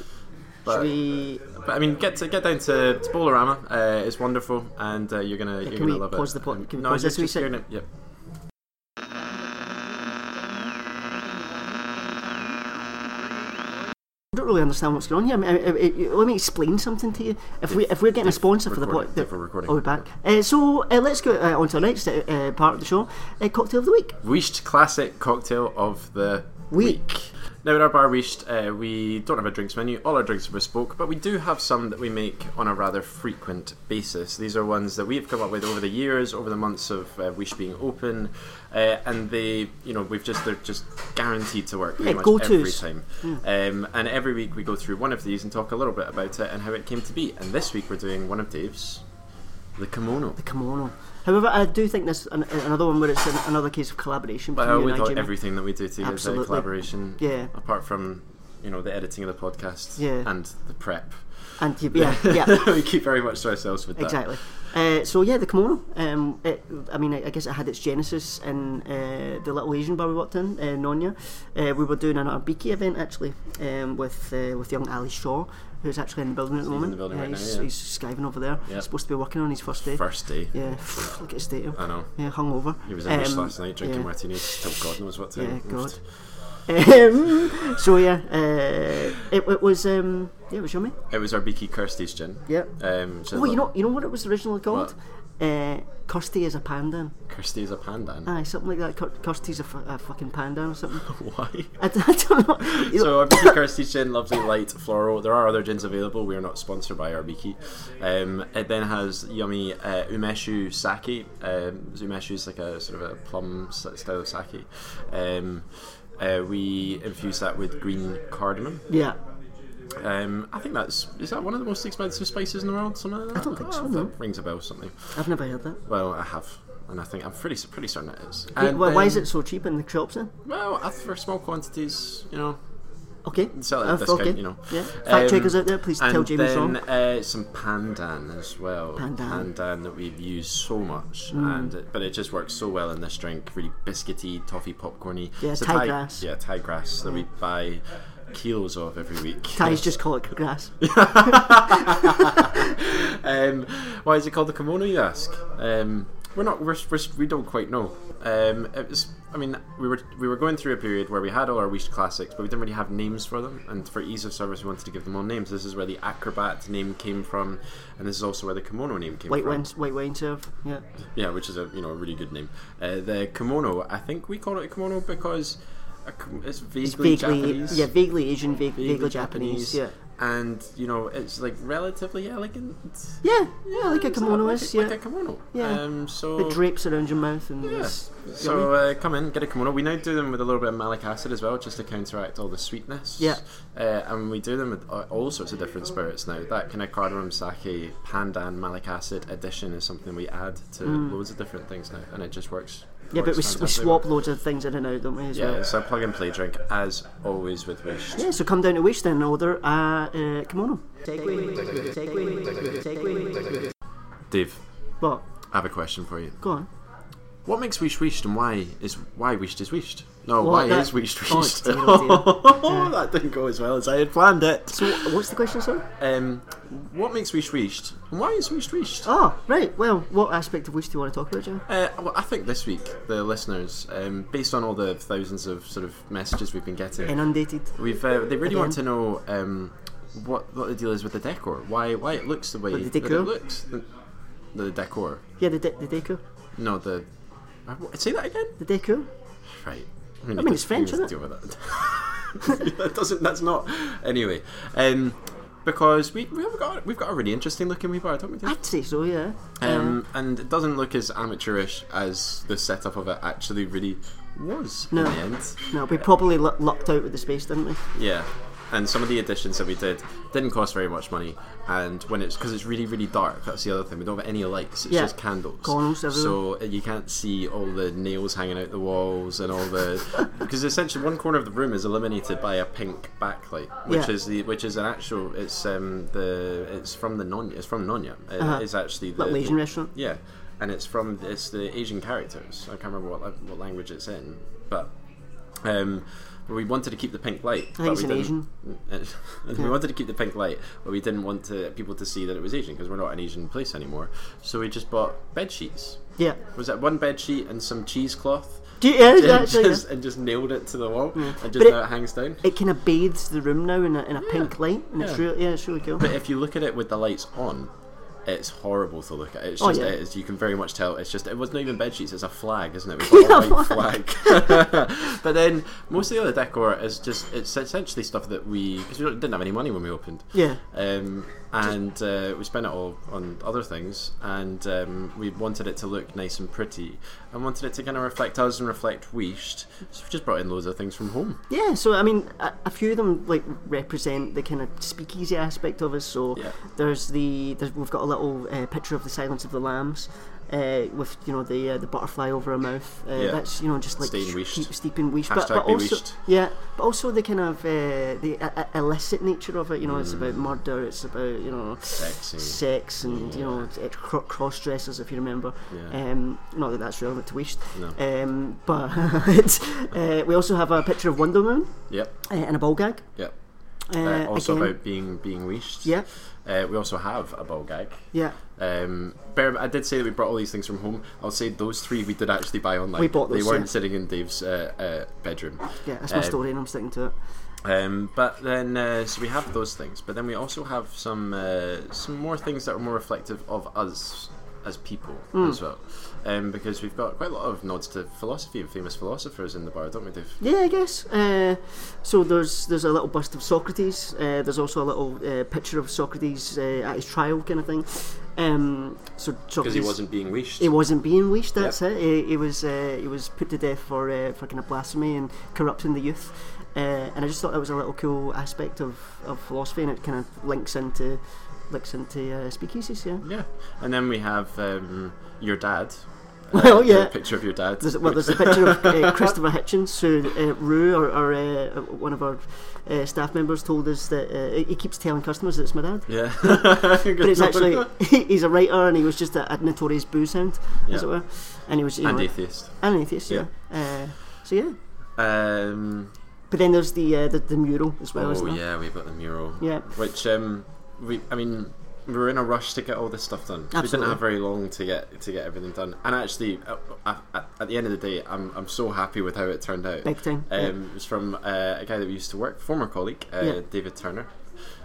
[SPEAKER 1] but,
[SPEAKER 2] Should Mm, we?
[SPEAKER 1] but I mean, get to get down to, to Bowlerama. Uh, it's wonderful, and uh, you're gonna you're
[SPEAKER 2] can
[SPEAKER 1] gonna
[SPEAKER 2] we
[SPEAKER 1] love
[SPEAKER 2] pause
[SPEAKER 1] it.
[SPEAKER 2] the pod-
[SPEAKER 1] Um,
[SPEAKER 2] can we
[SPEAKER 1] no,
[SPEAKER 2] pause
[SPEAKER 1] you're
[SPEAKER 2] this wee
[SPEAKER 1] just- you're
[SPEAKER 2] sec?
[SPEAKER 1] gonna- Yep.
[SPEAKER 2] I don't really understand what's going on here. I mean, I- I- I- let me explain something to you. If we if we're getting a sponsor for the
[SPEAKER 1] recording-
[SPEAKER 2] pod, the-
[SPEAKER 1] if we're recording.
[SPEAKER 2] oh, we're back. Uh, so uh, let's go uh, on to the next uh, part of the show. Uh, cocktail of the week.
[SPEAKER 1] Wiest classic cocktail of the
[SPEAKER 2] Week.
[SPEAKER 1] Now at our bar Wiest, uh, we don't have a drinks menu. All our drinks are bespoke, but we do have some that we make on a rather frequent basis. These are ones that we've come up with over the years, over the months of uh, Wiest being open, uh, and they, you know, we've just they're just guaranteed to work pretty
[SPEAKER 2] Yeah,
[SPEAKER 1] much every
[SPEAKER 2] go-tos.
[SPEAKER 1] time. Um, and every week we go through one of these and talk a little bit about it and how it came to be. And this week we're doing one of Dave's, the kimono.
[SPEAKER 2] the kimono. oh. However, I do think this an, another one where it's an, another case of collaboration between
[SPEAKER 1] Well,
[SPEAKER 2] you
[SPEAKER 1] we
[SPEAKER 2] and I,
[SPEAKER 1] thought
[SPEAKER 2] Jimmy.
[SPEAKER 1] everything that we do together is a
[SPEAKER 2] Absolutely.
[SPEAKER 1] collaboration.
[SPEAKER 2] Yeah.
[SPEAKER 1] Apart from, you know, the editing of the podcast
[SPEAKER 2] Yeah.
[SPEAKER 1] and the prep.
[SPEAKER 2] and you, yeah, yeah,
[SPEAKER 1] we keep very much to ourselves with that.
[SPEAKER 2] exactly. Uh, so yeah, the kimono. Um, it, I mean, I, I guess it had its genesis in uh, the little Asian bar we worked in, uh, Nonya. Uh, we were doing an Arbiki event actually um, with uh, with young Ali Shaw, who's actually in the building at the
[SPEAKER 1] He's in the
[SPEAKER 2] moment.
[SPEAKER 1] building
[SPEAKER 2] Uh,
[SPEAKER 1] right now,
[SPEAKER 2] he's,
[SPEAKER 1] yeah.
[SPEAKER 2] he's skiving over there.
[SPEAKER 1] Yep.
[SPEAKER 2] Supposed to be working on his first day.
[SPEAKER 1] First day.
[SPEAKER 2] Yeah, look at his state.
[SPEAKER 1] I know.
[SPEAKER 2] Yeah, hungover.
[SPEAKER 1] He was English
[SPEAKER 2] Um,
[SPEAKER 1] last night drinking
[SPEAKER 2] yeah.
[SPEAKER 1] martinis till God knows what time.
[SPEAKER 2] Yeah,
[SPEAKER 1] Oof.
[SPEAKER 2] God. Um, so yeah, uh, it, it was um, yeah, it was yummy.
[SPEAKER 1] It was our Beaky Kirsty's gin.
[SPEAKER 2] Yep.
[SPEAKER 1] Um, which is
[SPEAKER 2] Oh, you know, you know what it was originally called?
[SPEAKER 1] What?
[SPEAKER 2] Uh, Kirsty is a pandan.
[SPEAKER 1] Kirsty's a pandan.
[SPEAKER 2] Aye, something like that. Cur- Kirsty's a, f- a fucking pandan or something.
[SPEAKER 1] Why?
[SPEAKER 2] I, d- I don't know. Ah. You know,
[SPEAKER 1] So Arbiki Kirsty's gin, lovely light floral. There are other gins available. We are not sponsored by Arbiki. Um, it then has yummy uh, umeshu sake. Um, umeshu is like a sort of a plum s- style of sake. Um, uh, we infuse that with green cardamom.
[SPEAKER 2] yeah.
[SPEAKER 1] Um, I think that's is that one of the most expensive spices in the world. Something like that. I
[SPEAKER 2] don't think so, no.
[SPEAKER 1] Rings a bell. Something.
[SPEAKER 2] I've never heard that.
[SPEAKER 1] Well, I have, and I think I'm pretty pretty certain it is.
[SPEAKER 2] Wait,
[SPEAKER 1] And
[SPEAKER 2] why, why is
[SPEAKER 1] then-
[SPEAKER 2] it so cheap in the shops then?
[SPEAKER 1] Well, uh, for small quantities, you know,
[SPEAKER 2] Okay.
[SPEAKER 1] sell it at a
[SPEAKER 2] Uh,
[SPEAKER 1] discount, you know.
[SPEAKER 2] Yeah. Fact
[SPEAKER 1] Um,
[SPEAKER 2] checkers out there, please tell
[SPEAKER 1] and
[SPEAKER 2] Jamie's
[SPEAKER 1] then,
[SPEAKER 2] wrong.
[SPEAKER 1] Uh, some pandan as well.
[SPEAKER 2] Pandan. Mm.
[SPEAKER 1] Pandan that we've used so much, and it, but it just works so well in this drink. Really biscuity, toffee, popcorny.
[SPEAKER 2] Yeah,
[SPEAKER 1] It's a
[SPEAKER 2] Thai grass.
[SPEAKER 1] Yeah, Thai grass that we buy kilos of every week.
[SPEAKER 2] Ties just call it grass.
[SPEAKER 1] Um, why is it called the kimono? You ask. Um, we're not. We're, we're, we don't quite know. Um, it was. I mean, we were we were going through a period where we had all our Wish classics, but we didn't really have names for them. And for ease of service, we wanted to give them all names. This is where the acrobat name came from, and this is also where the kimono name came
[SPEAKER 2] White
[SPEAKER 1] from.
[SPEAKER 2] wine, white wine serve. Yeah.
[SPEAKER 1] Yeah, which is a you know a really good name. Uh, the kimono. I think we call it a kimono because a, kim- it's vaguely,
[SPEAKER 2] It's vaguely,
[SPEAKER 1] Japanese.
[SPEAKER 2] yeah, vaguely Asian, vague, vaguely, Japanese. Yeah.
[SPEAKER 1] And you know, it's like relatively elegant.
[SPEAKER 2] Yeah. Yeah, like a
[SPEAKER 1] It's not
[SPEAKER 2] kimono
[SPEAKER 1] like
[SPEAKER 2] is.
[SPEAKER 1] a-
[SPEAKER 2] Yeah.
[SPEAKER 1] Like a kimono.
[SPEAKER 2] Yeah.
[SPEAKER 1] Um, so.
[SPEAKER 2] it drapes around your mouth and
[SPEAKER 1] yeah.
[SPEAKER 2] it's
[SPEAKER 1] So uh, come in, get a kimono. We now do them with a little bit of malic acid as well, just to counteract all the sweetness.
[SPEAKER 2] Yeah.
[SPEAKER 1] Uh, and we do them with uh, all sorts of different spirits now. That kind of cardamom sake, pandan, malic acid addition is something we add to loads of different things now, and it just works.
[SPEAKER 2] Mm. yeah, but
[SPEAKER 1] works
[SPEAKER 2] we, s- we
[SPEAKER 1] fantastically
[SPEAKER 2] swap
[SPEAKER 1] well.
[SPEAKER 2] loads of things in and out, don't we? As
[SPEAKER 1] Yeah,
[SPEAKER 2] well.
[SPEAKER 1] it's a plug and play drink, as always with Wish.
[SPEAKER 2] Yeah, so come down to Wish then and order a uh, kimono. Takeaway. Takeaway. Takeaway.
[SPEAKER 1] Dave,
[SPEAKER 2] What?
[SPEAKER 1] I have a question for you.
[SPEAKER 2] Go on.
[SPEAKER 1] What makes Wish Wished and why is why Wished is Wished? No,
[SPEAKER 2] Well,
[SPEAKER 1] why
[SPEAKER 2] that-
[SPEAKER 1] is Wished
[SPEAKER 2] Oh,
[SPEAKER 1] Wished?
[SPEAKER 2] dear, oh,
[SPEAKER 1] that didn't go as well as I had planned it.
[SPEAKER 2] So what's the question, sorry?
[SPEAKER 1] Um, what makes Wished Wished and why is Wished Wished?
[SPEAKER 2] Oh, right. Well, what aspect of Wish do you want to talk about, Joe?
[SPEAKER 1] Uh, well, I think this week the listeners, um, based on all the thousands of sort of messages we've been getting,
[SPEAKER 2] Inundated.
[SPEAKER 1] we've uh, they really want to know um, what what the deal is with the decor. Why why it looks the way
[SPEAKER 2] the
[SPEAKER 1] that
[SPEAKER 2] decor?
[SPEAKER 1] it looks. The, the decor,
[SPEAKER 2] Yeah, the, de- the decor.
[SPEAKER 1] no the. I w- Say that again.
[SPEAKER 2] The decor?
[SPEAKER 1] Right.
[SPEAKER 2] I mean, it's French, isn't it?
[SPEAKER 1] Deal with that. that doesn't. That's not. Anyway, um, because we we've got we've got a really interesting looking wee bar, don't we? Dave?
[SPEAKER 2] I'd say so, yeah.
[SPEAKER 1] Um, and it doesn't look as amateurish as the setup of it actually really was
[SPEAKER 2] No.
[SPEAKER 1] in the end.
[SPEAKER 2] No, we probably lu- lucked out with the space, didn't we?
[SPEAKER 1] Yeah. And some of the additions that we did didn't cost very much money, and when it's because it's really really dark, that's the other thing. We don't have any lights; it's
[SPEAKER 2] Yeah.
[SPEAKER 1] just candles.
[SPEAKER 2] Corners everywhere.
[SPEAKER 1] So uh, you can't see all the nails hanging out the walls and all the because essentially one corner of the room is illuminated by a pink backlight, which
[SPEAKER 2] Yeah.
[SPEAKER 1] is the which is an actual. It's um the it's from the non it's from Nonya. It- It's actually the
[SPEAKER 2] Uh-huh. Little Asian restaurant.
[SPEAKER 1] yeah, and it's from it's the Asian characters. I can't remember what la- what language it's in, but um, we wanted to keep the pink light. but
[SPEAKER 2] it's
[SPEAKER 1] we
[SPEAKER 2] in
[SPEAKER 1] didn't-
[SPEAKER 2] Asian.
[SPEAKER 1] we wanted to keep the pink light, but we didn't want to, people to see that it was Asian because we're not an Asian place anymore. So we just bought bed sheets.
[SPEAKER 2] Yeah.
[SPEAKER 1] Was that one bed sheet and some cheesecloth?
[SPEAKER 2] Do you, yeah,
[SPEAKER 1] And,
[SPEAKER 2] yeah, yeah, yeah.
[SPEAKER 1] just, and just nailed it to the wall, and
[SPEAKER 2] But
[SPEAKER 1] just
[SPEAKER 2] it-
[SPEAKER 1] now it hangs down.
[SPEAKER 2] It kind of bathes the room now in a, in a pink light, and it's
[SPEAKER 1] Yeah.
[SPEAKER 2] really, yeah, it's really cool.
[SPEAKER 1] But if you look at it with the lights on, it's horrible to look at. It's
[SPEAKER 2] Oh,
[SPEAKER 1] just
[SPEAKER 2] yeah.
[SPEAKER 1] it is, you can very much tell. It's just it was not even bed sheets. It's a flag, isn't it? We've got a white flag. but then most of the other decor is just it's essentially stuff that we because we don't- didn't have any money when we opened.
[SPEAKER 2] Yeah.
[SPEAKER 1] Um, and uh, we spent it all on other things, and um, we wanted it to look nice and pretty, and wanted it to kind of reflect us and reflect Weeshed. So we just brought in loads of things from home.
[SPEAKER 2] Yeah, so I mean, a, a few of them like represent the kind of speakeasy aspect of it. So
[SPEAKER 1] Yeah.
[SPEAKER 2] there's the there's, we've got a little uh, picture of the Silence of the Lambs uh, with you know the uh, the butterfly over her mouth. Uh,
[SPEAKER 1] Yeah.
[SPEAKER 2] That's you know just like
[SPEAKER 1] Staying
[SPEAKER 2] sh-
[SPEAKER 1] wished.
[SPEAKER 2] keep steeping wish, but,
[SPEAKER 1] Hashtag
[SPEAKER 2] but
[SPEAKER 1] be
[SPEAKER 2] also
[SPEAKER 1] wished.
[SPEAKER 2] yeah, but also the kind of uh, the uh, illicit nature of it. You know,
[SPEAKER 1] Mm.
[SPEAKER 2] it's about murder. It's about you know
[SPEAKER 1] Sexy. Mm.
[SPEAKER 2] sex and you know it, cro- cross dressers if you remember.
[SPEAKER 1] Yeah.
[SPEAKER 2] Um, not that that's relevant to wish.
[SPEAKER 1] No.
[SPEAKER 2] Um, but uh, we also have a picture of Wonder Woman
[SPEAKER 1] Yep.
[SPEAKER 2] uh, and a ball gag.
[SPEAKER 1] Yep. Uh,
[SPEAKER 2] Uh,
[SPEAKER 1] also
[SPEAKER 2] again,
[SPEAKER 1] about being being leashed.
[SPEAKER 2] Yeah.
[SPEAKER 1] Uh, we also have a ball gag.
[SPEAKER 2] yeah.
[SPEAKER 1] Um, bear, I did say that we brought all these things from home. I'll say those three we did actually buy online.
[SPEAKER 2] We bought
[SPEAKER 1] They
[SPEAKER 2] those,
[SPEAKER 1] weren't
[SPEAKER 2] yeah.
[SPEAKER 1] sitting in Dave's uh, uh, bedroom.
[SPEAKER 2] Yeah, that's my
[SPEAKER 1] Um,
[SPEAKER 2] story, and I'm sticking to it.
[SPEAKER 1] Um, but then, uh, so we have those things, but then we also have some uh, some more things that are more reflective of us as people
[SPEAKER 2] Hmm.
[SPEAKER 1] as well, um, because we've got quite a lot of nods to philosophy and famous philosophers in the bar, don't we, Dave?
[SPEAKER 2] Yeah, I guess. Uh, so there's there's a little bust of Socrates. Uh, there's also a little uh, picture of Socrates uh, at his trial, kind of thing. Um, so
[SPEAKER 1] Because
[SPEAKER 2] Socrates
[SPEAKER 1] he wasn't being leashed.
[SPEAKER 2] he wasn't being leashed. That's
[SPEAKER 1] Yep.
[SPEAKER 2] it. He, he was uh, he was put to death for uh, for kind of blasphemy and corrupting the youth. Uh, and I just thought that was a little cool aspect of, of philosophy, and it kind of links into links into uh, speakeasies. Yeah.
[SPEAKER 1] Yeah, and then we have um, your dad.
[SPEAKER 2] Well, yeah.
[SPEAKER 1] A picture of your dad.
[SPEAKER 2] There's, well, there's a picture of uh, Christopher Hitchens, who uh, Rue, or, or uh, one of our uh, staff members, told us that uh, he- he keeps telling customers that it's my dad.
[SPEAKER 1] yeah,
[SPEAKER 2] But it's actually he's a writer, and he was just a, a notorious booze hound,
[SPEAKER 1] Yeah.
[SPEAKER 2] as it were. And he was you
[SPEAKER 1] and
[SPEAKER 2] know,
[SPEAKER 1] atheist.
[SPEAKER 2] and an atheist, yeah. Uh, so yeah,
[SPEAKER 1] Um,
[SPEAKER 2] but then there's the uh, the, the mural as well.
[SPEAKER 1] oh
[SPEAKER 2] isn't there?
[SPEAKER 1] yeah, we've got the mural.
[SPEAKER 2] Yeah.
[SPEAKER 1] Which um, we I mean we were in a rush to get all this stuff done. We didn't
[SPEAKER 2] Absolutely.
[SPEAKER 1] have very long to get to get everything done. And actually, uh, uh, at, at the end of the day, I'm I'm so happy with how it turned out.
[SPEAKER 2] Big time,
[SPEAKER 1] Um,
[SPEAKER 2] yeah.
[SPEAKER 1] It was from uh, a guy that we used to work, former colleague, uh,
[SPEAKER 2] Yeah.
[SPEAKER 1] David Turner.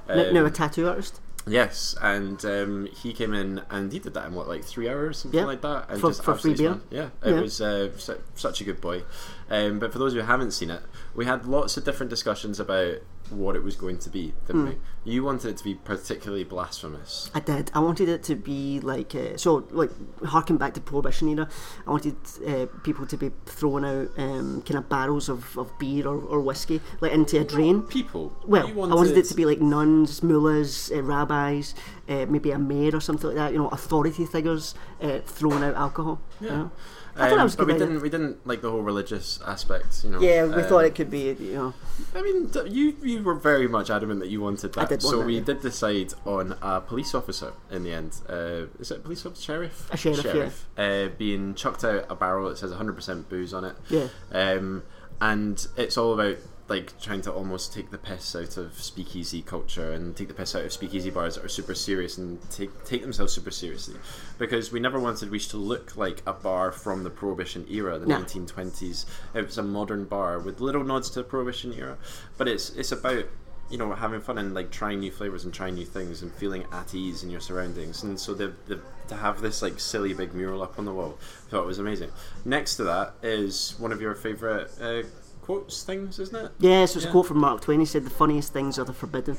[SPEAKER 2] N- now a
[SPEAKER 1] Um,
[SPEAKER 2] tattoo artist
[SPEAKER 1] Yes, and um, he came in and he did that in what like three hours, something
[SPEAKER 2] Yeah.
[SPEAKER 1] like that, and
[SPEAKER 2] For-
[SPEAKER 1] just
[SPEAKER 2] for
[SPEAKER 1] absolutely
[SPEAKER 2] free beer.
[SPEAKER 1] smashed- Yeah, it
[SPEAKER 2] Yeah.
[SPEAKER 1] was uh, su- such a good boy. Um, but for those who haven't seen it, we had lots of different discussions about what it was going to be.
[SPEAKER 2] Hmm.
[SPEAKER 1] Didn't we? You wanted it to be particularly blasphemous.
[SPEAKER 2] I did. I wanted it to be like uh, so, like harking back to Prohibition era. I wanted uh, people to be throwing out um, kind of barrels of, of beer or, or whiskey like into a drain.
[SPEAKER 1] People.
[SPEAKER 2] Well,
[SPEAKER 1] you
[SPEAKER 2] I wanted it to be like nuns, mullahs, uh, rabbis, uh, maybe a mayor or something like that. You know, authority figures uh, throwing out alcohol. you know. I thought that
[SPEAKER 1] Um,
[SPEAKER 2] was a
[SPEAKER 1] but
[SPEAKER 2] good.
[SPEAKER 1] we
[SPEAKER 2] idea.
[SPEAKER 1] didn't. We didn't like the whole religious aspect. You know.
[SPEAKER 2] Yeah, we thought
[SPEAKER 1] um,
[SPEAKER 2] it could be. You know,
[SPEAKER 1] I mean, d- you you were very much adamant that you wanted that.
[SPEAKER 2] did want
[SPEAKER 1] so
[SPEAKER 2] that,
[SPEAKER 1] we
[SPEAKER 2] yeah.
[SPEAKER 1] did decide on a police officer in the end. Uh, is it a police officer? Sheriff?
[SPEAKER 2] A sheriff, yeah.
[SPEAKER 1] Uh, being chucked out a barrel that says 100% booze on it.
[SPEAKER 2] Yeah.
[SPEAKER 1] Um, and it's all about like trying to almost take the piss out of speakeasy culture and take the piss out of speakeasy bars that are super serious and take take themselves super seriously because we never wanted Wish to look like a bar from the prohibition era the
[SPEAKER 2] No.
[SPEAKER 1] 1920s it was a modern bar with little nods to the prohibition era but it's it's about you know having fun and like trying new flavors and trying new things and feeling at ease in your surroundings and so the, the to have this like silly big mural up on the wall I thought it was amazing next to that is one of your favorite uh, quotes things isn't it
[SPEAKER 2] yeah. So it's
[SPEAKER 1] Yeah.
[SPEAKER 2] a quote from Mark Twain. He said, "The funniest things are the forbidden."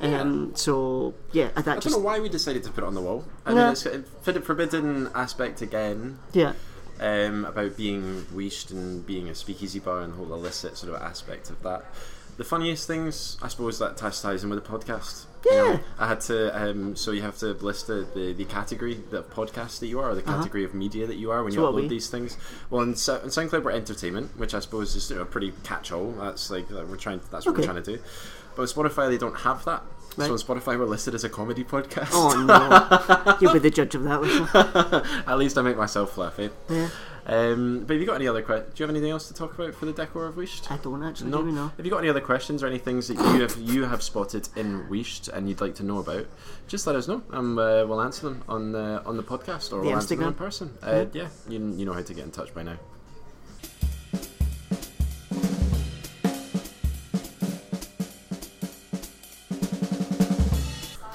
[SPEAKER 2] Um, So yeah, that
[SPEAKER 1] I
[SPEAKER 2] just
[SPEAKER 1] don't know why we decided to put it on the wall. I
[SPEAKER 2] No.
[SPEAKER 1] mean, it's a forbid- forbidden aspect again
[SPEAKER 2] yeah.
[SPEAKER 1] um, about being weashed and being a speakeasy bar and the whole illicit sort of aspect of that. The funniest things, I suppose, that ties ties in with the podcast. You know,
[SPEAKER 2] Yeah.
[SPEAKER 1] I had to. Um, so you have to list the, the, the category, the podcast that you are, or the category of media that you are when you
[SPEAKER 2] Uh-huh. what are
[SPEAKER 1] upload
[SPEAKER 2] we?
[SPEAKER 1] these things. Well, in, Sou- in SoundCloud, we're entertainment, which I suppose is you know, pretty catch-all. That's like that we're trying. That's what
[SPEAKER 2] Okay.
[SPEAKER 1] we're trying to do. But on Spotify, they don't have that.
[SPEAKER 2] Right.
[SPEAKER 1] So on Spotify, we're listed as a comedy podcast.
[SPEAKER 2] Oh no, you'll be the judge of that. Listen.
[SPEAKER 1] At least I make myself laugh. Eh?
[SPEAKER 2] Yeah.
[SPEAKER 1] Um, but have you got any other questions? Do you have anything else to talk about for the decor of Wished?
[SPEAKER 2] I don't actually.
[SPEAKER 1] No.
[SPEAKER 2] Do we know?
[SPEAKER 1] Have you got any other questions or any things that you have you have spotted in Wished and you'd like to know about? Just let us know, and uh, we'll answer them on the on the podcast or we'll answer them in
[SPEAKER 2] Instagram.
[SPEAKER 1] person. Uh, yeah, you, you know how to get in touch by now.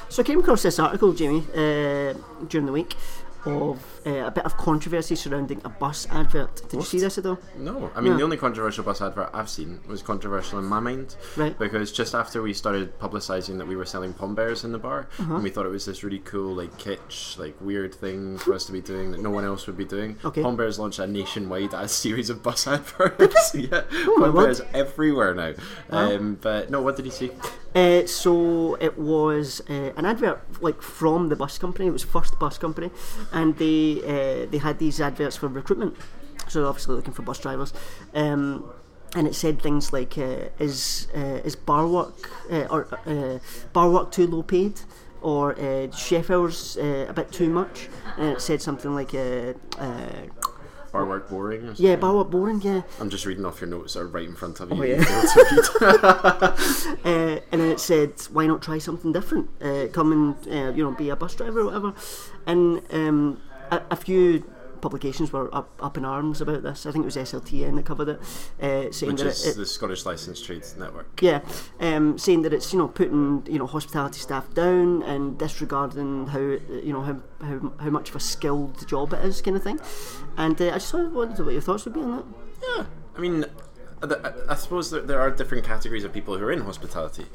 [SPEAKER 2] So I came across this article, Jamie, uh, during the week of uh, a bit of controversy surrounding a bus advert. Did you see this at all?
[SPEAKER 1] No, I mean
[SPEAKER 2] No.
[SPEAKER 1] the only controversial bus advert I've seen was controversial in my mind,
[SPEAKER 2] Right.
[SPEAKER 1] Because just after we started publicising that we were selling pom bears in the bar,
[SPEAKER 2] Uh-huh.
[SPEAKER 1] and we thought it was this really cool, like kitsch, like weird thing for us to be doing that no one else would be doing.
[SPEAKER 2] Okay.
[SPEAKER 1] Pom bears launched a nationwide ad series of bus adverts. yeah,
[SPEAKER 2] my
[SPEAKER 1] pom
[SPEAKER 2] word.
[SPEAKER 1] bears everywhere now. Um, but no, what did he see?
[SPEAKER 2] Uh, so it was uh, an advert like from the bus company. It was first bus company, and they uh, they had these adverts for recruitment. So they're obviously looking for bus drivers, um, and it said things like, uh, "Is uh, is bar work uh, or uh, bar work too low paid?" Or uh, chef hours uh, a bit too much, and it said something like, uh, uh,
[SPEAKER 1] Bar work boring. or
[SPEAKER 2] Yeah,
[SPEAKER 1] something?
[SPEAKER 2] Barwop Boring, yeah.
[SPEAKER 1] I'm just reading off your notes that are right in front of you.
[SPEAKER 2] yeah.
[SPEAKER 1] You failed to read.
[SPEAKER 2] uh, and then it said, "Why not try something different? Uh, come and uh, you know be a bus driver or whatever." And um, a, a few publications were up, up in arms about this. I think it was SLTN that covered it, uh, saying
[SPEAKER 1] Which
[SPEAKER 2] that
[SPEAKER 1] is
[SPEAKER 2] it, it,
[SPEAKER 1] the Scottish Licensed Trades Network.
[SPEAKER 2] yeah, um, saying that it's you know putting you know hospitality staff down and disregarding how you know how how, how much of a skilled job it is, kind of thing. And uh, I just wondered what your thoughts would be on that.
[SPEAKER 1] Yeah, I mean, I, I- I suppose that there are different categories of people who are in hospitality.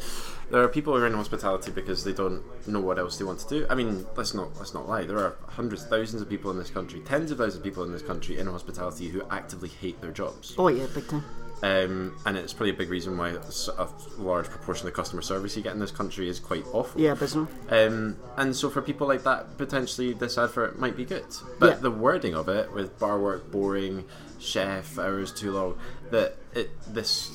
[SPEAKER 1] There are people who are in hospitality because they don't know what else they want to do. I mean, let's not let's not lie. There are hundreds, thousands of people in this country, tens of thousands of people in this country in hospitality who actively hate their jobs.
[SPEAKER 2] Oh yeah, big time.
[SPEAKER 1] Um, and it's probably a big reason why s- a large proportion of the customer service you get in this country is quite awful.
[SPEAKER 2] Yeah, abysmal.
[SPEAKER 1] Um, and so for people like that, potentially this advert might be good. But
[SPEAKER 2] Yeah.
[SPEAKER 1] the wording of it, with bar work boring, chef hours too long, that it this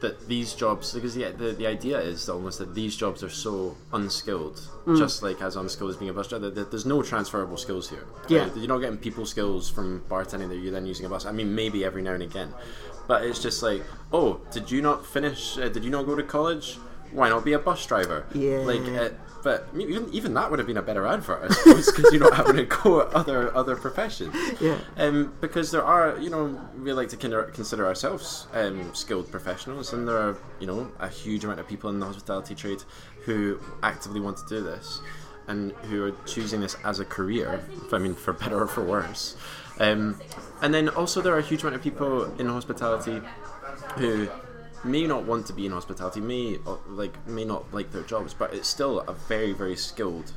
[SPEAKER 1] that these jobs because the, the the idea is almost that these jobs are so unskilled,
[SPEAKER 2] Mm.
[SPEAKER 1] just like as unskilled as being a bus driver. That there's no transferable skills here.
[SPEAKER 2] Yeah.
[SPEAKER 1] Right? you're not getting people skills from bartending that you're then using a bus. I mean, maybe every now and again, but it's just like, oh, did you not finish? Uh, did you not go to college? Why not be a bus driver?
[SPEAKER 2] Yeah.
[SPEAKER 1] Like, uh, but I mean, even, even that would have been a better advert, I suppose, because you're not having to go at other other professions.
[SPEAKER 2] Yeah.
[SPEAKER 1] Um, because there are, you know, we like to con- consider ourselves um, skilled professionals, and there are, you know, a huge amount of people in the hospitality trade who actively want to do this, and who are choosing this as a career. I mean, for better or for worse. Um, and then also there are a huge amount of people in hospitality who may not want to be in hospitality, may uh, like may not like their jobs, but it's still a very very skilled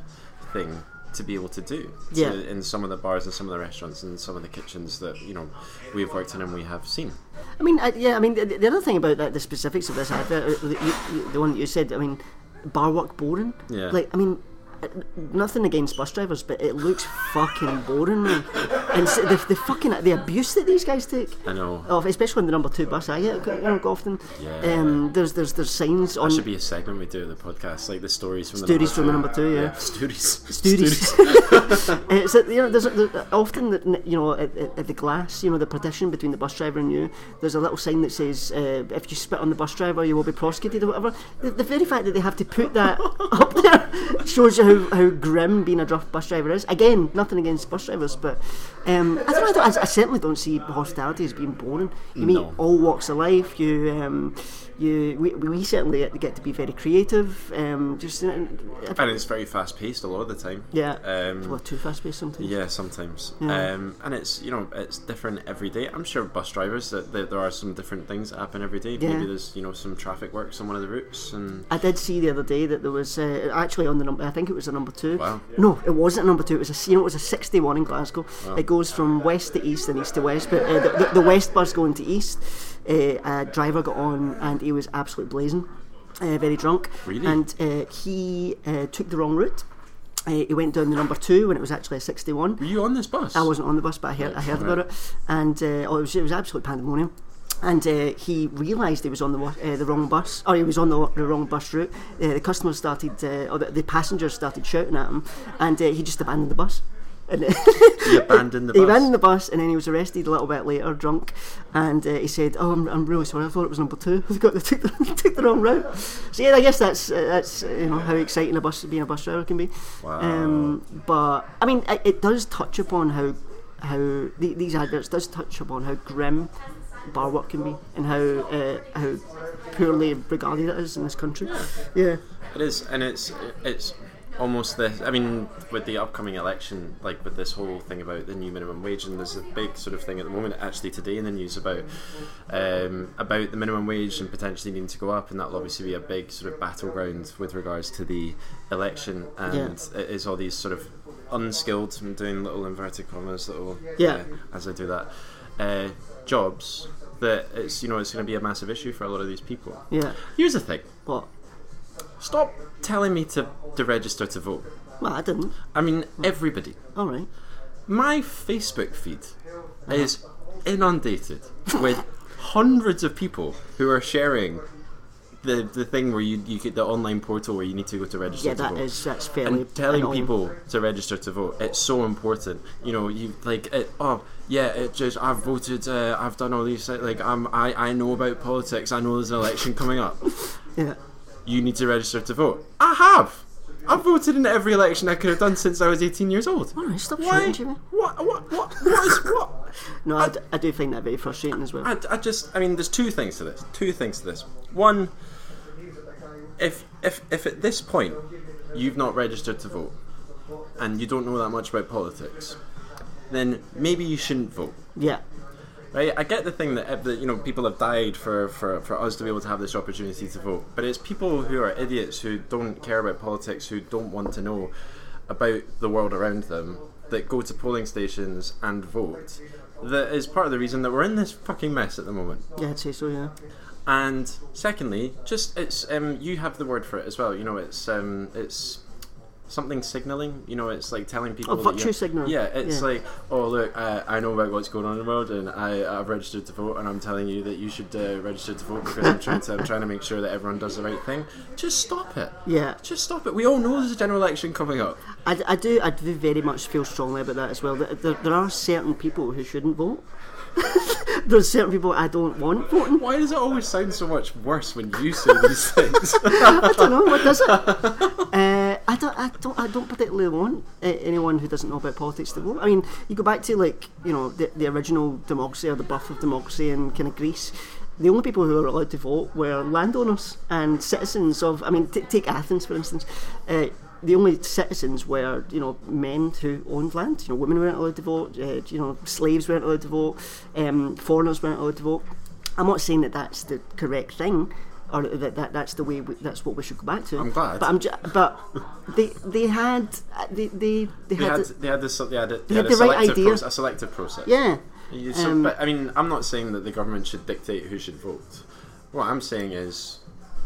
[SPEAKER 1] thing to be able to do. to-
[SPEAKER 2] Yeah.
[SPEAKER 1] in some of the bars and some of the restaurants and some of the kitchens that you know we've worked in and we have seen.
[SPEAKER 2] I mean, I, yeah. I mean, the, the other thing about that, the specifics of this advert, uh, the, you, you- the one that you said. I mean, bar work boring.
[SPEAKER 1] Yeah.
[SPEAKER 2] Like, I mean, uh, nothing against bus drivers, but it looks fucking boring, man. And so the, the fucking the abuse that these guys take.
[SPEAKER 1] I know.
[SPEAKER 2] Of, especially on the number two bus I get, you know, quite often.
[SPEAKER 1] Yeah.
[SPEAKER 2] Um, there's there's there's signs on
[SPEAKER 1] That should be a segment we do of the podcast, like the stories from
[SPEAKER 2] Stories
[SPEAKER 1] the
[SPEAKER 2] from the
[SPEAKER 1] number
[SPEAKER 2] number two, yeah.
[SPEAKER 1] Stories.
[SPEAKER 2] Studies. uh, so you know, there's, there's often that you know at, at at the glass, you know, the partition between the bus driver and you. There's a little sign that says, uh, "If you spit on the bus driver, you will be prosecuted" or whatever. The, the very fact that they have to put that up there shows you how, how grim being a dr- bus driver is. Again, nothing against bus drivers, but um, I, don't, know, I, don't- I certainly don't see hospitality as being boring. You meet
[SPEAKER 1] No.
[SPEAKER 2] all walks of life. You. Um, you, we, we certainly get to be very creative. Um, just you know,
[SPEAKER 1] And it's very fast paced a lot of the time.
[SPEAKER 2] yeah,
[SPEAKER 1] Um,
[SPEAKER 2] well, too fast paced sometimes.
[SPEAKER 1] Yeah, sometimes.
[SPEAKER 2] Yeah.
[SPEAKER 1] Um, and it's you know it's different every day. I'm sure bus drivers that there, there are some different things that happen every day.
[SPEAKER 2] Yeah.
[SPEAKER 1] Maybe there's you know some traffic works on one of the routes and
[SPEAKER 2] I did see the other day that there was uh, actually on the number. I think it was the number two.
[SPEAKER 1] Wow.
[SPEAKER 2] No, it wasn't number two. It was a s- you know it was a sixty-one in Glasgow. It goes from west to east and east to west. But uh, the, the, the west bus going to east, uh, a driver got on and he was absolutely blazing, uh, very drunk.
[SPEAKER 1] Really?
[SPEAKER 2] And uh, he uh, took the wrong route. Uh, he went down the number two when it was actually a sixty-one.
[SPEAKER 1] were you on this bus?
[SPEAKER 2] I wasn't on the bus, but I heard, I heard about it, and uh, oh, it was it was absolute pandemonium. And uh, he realised he was on the wa- uh, the wrong bus, or he was on the, the wrong bus route. Uh, the customers started, uh, or the, the passengers started shouting at him, and uh, he just abandoned the bus. And uh,
[SPEAKER 1] He abandoned the
[SPEAKER 2] he
[SPEAKER 1] bus.
[SPEAKER 2] ran in the bus, and then he was arrested a little bit later, drunk, and uh, he said, "Oh, I'm, I'm really sorry. I thought it was number two. They got they took the, took the wrong route." So yeah, I guess that's uh, that's uh, you know how exciting a bus being a bus driver can be.
[SPEAKER 1] Wow.
[SPEAKER 2] Um, but I mean, it, it does touch upon how how the, these adverts does touch upon how grim bar work can be and how uh, how poorly regarded it is in this country. Yeah.
[SPEAKER 1] It is, and it's it's almost this. I mean, with the upcoming election, like with this whole thing about the new minimum wage, and there's a big sort of thing at the moment, actually today in the news about um, about the minimum wage and potentially needing to go up, and that'll obviously be a big sort of battleground with regards to the election, and it is all these sort of unskilled. I'm doing little inverted commas, little
[SPEAKER 2] Yeah.
[SPEAKER 1] as I do that, uh, jobs that it's you know it's going to be a massive issue for a lot of these people.
[SPEAKER 2] Yeah.
[SPEAKER 1] Here's the thing.
[SPEAKER 2] But
[SPEAKER 1] Stop telling me to, to register to vote.
[SPEAKER 2] well, I didn't.
[SPEAKER 1] I mean, everybody.
[SPEAKER 2] All right.
[SPEAKER 1] My Facebook feed is inundated with hundreds of people who are sharing the the thing where you you get the online portal where you need to go to register.
[SPEAKER 2] Yeah,
[SPEAKER 1] to
[SPEAKER 2] that
[SPEAKER 1] vote.
[SPEAKER 2] is that's fairly
[SPEAKER 1] and telling
[SPEAKER 2] annoying.
[SPEAKER 1] people to register to vote it's so important you know you like it, oh yeah it just i've voted uh, i've done all these thi- like i'm I, I know about politics i know there's an election coming up
[SPEAKER 2] Yeah.
[SPEAKER 1] you need to register to vote i have I've voted in every election I could have done since I was 18 years old.
[SPEAKER 2] right, stop
[SPEAKER 1] Why?
[SPEAKER 2] shouting, Jimmy.
[SPEAKER 1] What? What? What? What is what?
[SPEAKER 2] No, I, d- I do find that very frustrating as well.
[SPEAKER 1] I, I just I mean there's two things to this two things to this one if if if at this point you've not registered to vote and you don't know that much about politics then maybe you shouldn't vote
[SPEAKER 2] yeah.
[SPEAKER 1] right I get the thing that, eh, that you know people have died for, for for us to be able to have this opportunity to vote but it's people who are idiots who don't care about politics who don't want to know about the world around them that go to polling stations and vote that is part of the reason that we're in this fucking mess at the moment
[SPEAKER 2] Yeah, I'd say so, yeah.
[SPEAKER 1] and secondly, just it's um you have the word for it as well. You know, it's um it's something signaling. You know, it's like telling people
[SPEAKER 2] Oh,
[SPEAKER 1] that
[SPEAKER 2] virtue
[SPEAKER 1] you're-
[SPEAKER 2] signal.
[SPEAKER 1] Yeah, it's
[SPEAKER 2] Yeah.
[SPEAKER 1] like oh look, I, I know about what's going on in the world, and I I've registered to vote, and I'm telling you that you should uh, register to vote because I'm trying to I'm trying to make sure that everyone does the right thing. Just stop it.
[SPEAKER 2] Yeah.
[SPEAKER 1] Just stop it. We all know there's a general election coming up.
[SPEAKER 2] I, I do I do very much feel strongly about that as well. There, there, there are certain people who shouldn't vote. There's certain people I don't want voting.
[SPEAKER 1] Why does it always sound so much worse when you say these things?
[SPEAKER 2] I don't know what does it. Uh, I don't I don't I don't particularly want uh, anyone who doesn't know about politics to vote. I mean, you go back to like you know the, the original democracy or the birth of democracy in kind of Greece. The only people who were allowed to vote were landowners and citizens of. I mean, t- take Athens for instance. Uh, the only citizens were, you know, men who owned land. You know, women weren't allowed to vote. Uh, you know, slaves weren't allowed to vote. Um, foreigners weren't allowed to vote. I'm not saying that that's the correct thing, or that, that that's the way. We, that's what we should go back to.
[SPEAKER 1] I'm glad.
[SPEAKER 2] But I'm. Ju- uh, but they they had uh, they they, they,
[SPEAKER 1] they
[SPEAKER 2] had,
[SPEAKER 1] had
[SPEAKER 2] to-
[SPEAKER 1] they had this they had, a- they
[SPEAKER 2] had
[SPEAKER 1] had a
[SPEAKER 2] the right
[SPEAKER 1] selective
[SPEAKER 2] idea.
[SPEAKER 1] proce- a selective process.
[SPEAKER 2] yeah.
[SPEAKER 1] You- so-
[SPEAKER 2] Um,
[SPEAKER 1] but, I mean, I'm not saying that the government should dictate who should vote. What I'm saying is,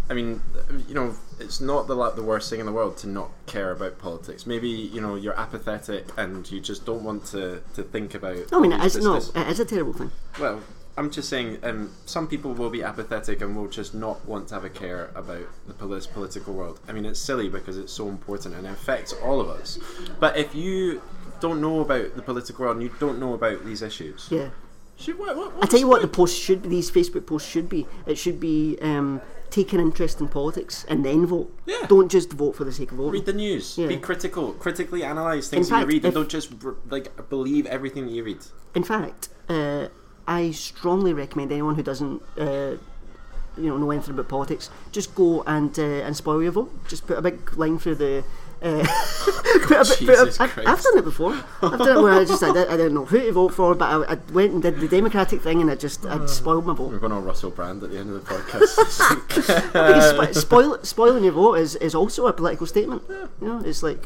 [SPEAKER 1] I mean, you know, it's not the la- the worst thing in the world to not care about politics. Maybe you know you're apathetic and you just don't want to, to think about.
[SPEAKER 2] No, I mean,
[SPEAKER 1] all
[SPEAKER 2] it
[SPEAKER 1] these-
[SPEAKER 2] is no,
[SPEAKER 1] this- this-
[SPEAKER 2] it is a terrible thing.
[SPEAKER 1] Well, I'm just saying, um, some people will be apathetic and will just not want to have a care about the polis- political world. I mean, it's silly because it's so important and it affects all of us. But if you don't know about the political world and you don't know about these issues,
[SPEAKER 2] Yeah.
[SPEAKER 1] should, what, what,
[SPEAKER 2] I tell you what, the posts should be. These Facebook posts should be. It should be um, take an interest in politics and then vote.
[SPEAKER 1] Yeah.
[SPEAKER 2] Don't just vote for the sake of voting.
[SPEAKER 1] read the news. Be
[SPEAKER 2] Yeah.
[SPEAKER 1] critical. Critically analyze things
[SPEAKER 2] In
[SPEAKER 1] that you
[SPEAKER 2] fact,
[SPEAKER 1] read, and
[SPEAKER 2] if-
[SPEAKER 1] don't just r- like believe everything that you read.
[SPEAKER 2] In fact, uh, I strongly recommend anyone who doesn't, uh, you know, know anything about politics, just go and uh, and spoil your vote. Just put a big line through the. Uh, put a, bit-
[SPEAKER 1] Jesus
[SPEAKER 2] put a, I, I've
[SPEAKER 1] Christ.
[SPEAKER 2] done it before. I've done it where I just I, did, I didn't know who to vote for, but I, I went and did the Democratic thing, and I just I spoiled my vote.
[SPEAKER 1] We're going on Russell Brand at the end of the podcast.
[SPEAKER 2] Because spo- spoil, spoiling your vote is, is also a political statement. You know, it's like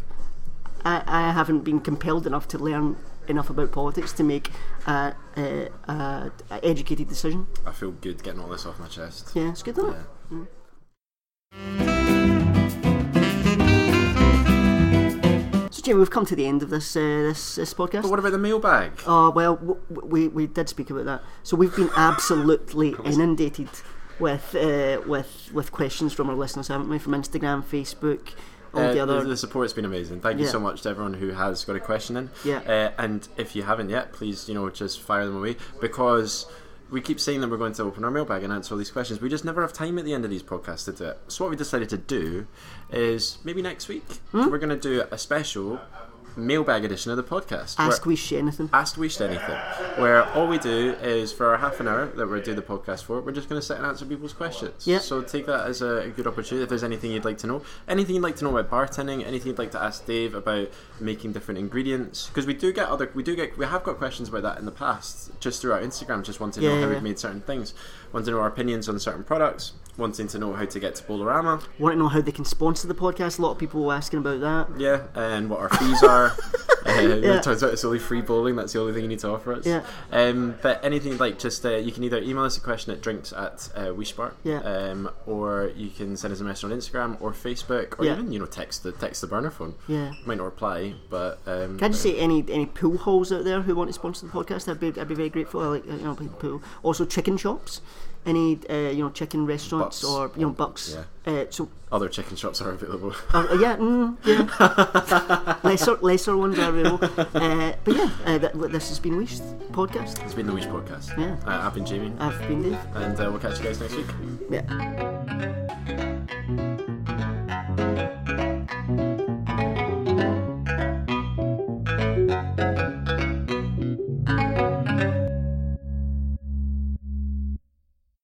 [SPEAKER 2] I, I haven't been compelled enough to learn enough about politics to make a, uh, a, a, a educated decision.
[SPEAKER 1] I feel good getting all this off my chest.
[SPEAKER 2] Yeah, it's good, isn't it?
[SPEAKER 1] Yeah.
[SPEAKER 2] So, Jim, we've come to the end of this uh, this, this
[SPEAKER 1] But
[SPEAKER 2] podcast.
[SPEAKER 1] what about the mailbag?
[SPEAKER 2] Oh well, w- w- we we did speak about that. So we've been absolutely inundated with uh, with with questions from our listeners, haven't we? From Instagram, Facebook, all
[SPEAKER 1] Uh,
[SPEAKER 2] the other.
[SPEAKER 1] the, support's been amazing. Thank you
[SPEAKER 2] Yeah.
[SPEAKER 1] so much to everyone who has got a question in.
[SPEAKER 2] Yeah.
[SPEAKER 1] Uh, and if you haven't yet, please you know just fire them away because we keep saying that we're going to open our mailbag and answer all these questions. We just never have time at the end of these podcasts to do it. So what we decided to do is maybe next week
[SPEAKER 2] Hmm?
[SPEAKER 1] we're going to do a special mailbag edition of the podcast. where-
[SPEAKER 2] ask we shit anything.
[SPEAKER 1] Asked Wished Anything, where all we do is for our half an hour that we do the podcast for, we're just going to sit and answer people's questions.
[SPEAKER 2] Yeah.
[SPEAKER 1] So take that as a, a good opportunity. If there's anything you'd like to know, anything you'd like to know about bartending, anything you'd like to ask Dave about making different ingredients, because we do get other, we do get, we have got questions about that in the past, just through our Instagram, just wanting to know
[SPEAKER 2] Yeah,
[SPEAKER 1] how
[SPEAKER 2] yeah.
[SPEAKER 1] we've made certain things, wanting to know our opinions on certain products, wanting to know how to get to Bolorama,
[SPEAKER 2] Want to know how they can sponsor the podcast? A lot of people were asking about that.
[SPEAKER 1] yeah, and what our fees are. uh,
[SPEAKER 2] Yeah.
[SPEAKER 1] It turns out it's only free bowling. That's the only thing you need to offer us.
[SPEAKER 2] Yeah.
[SPEAKER 1] Um, but anything like just uh, you can either email us a question at drinks at uh, WeSpark,
[SPEAKER 2] Yeah.
[SPEAKER 1] um, or you can send us a message on Instagram or Facebook, or
[SPEAKER 2] Yeah.
[SPEAKER 1] even you know text the text the burner phone.
[SPEAKER 2] Yeah.
[SPEAKER 1] might not reply, but um,
[SPEAKER 2] Can I just say any any pool halls out there who want to sponsor the podcast? I'd be, I'd be very grateful. I like you know playing pool. Also chicken shops. any uh, you know chicken restaurants
[SPEAKER 1] Bucks.
[SPEAKER 2] or you know Bucks. Uh, so
[SPEAKER 1] Other chicken shops are available.
[SPEAKER 2] uh, yeah, mm, yeah. lesser lesser ones are available. Uh, but yeah, uh, th- this has been Wish podcast.
[SPEAKER 1] It's been the Wish Podcast.
[SPEAKER 2] Yeah.
[SPEAKER 1] Uh, I've been Jamie,
[SPEAKER 2] I've been Dave.
[SPEAKER 1] and uh, we'll catch you guys next week.
[SPEAKER 2] Yeah.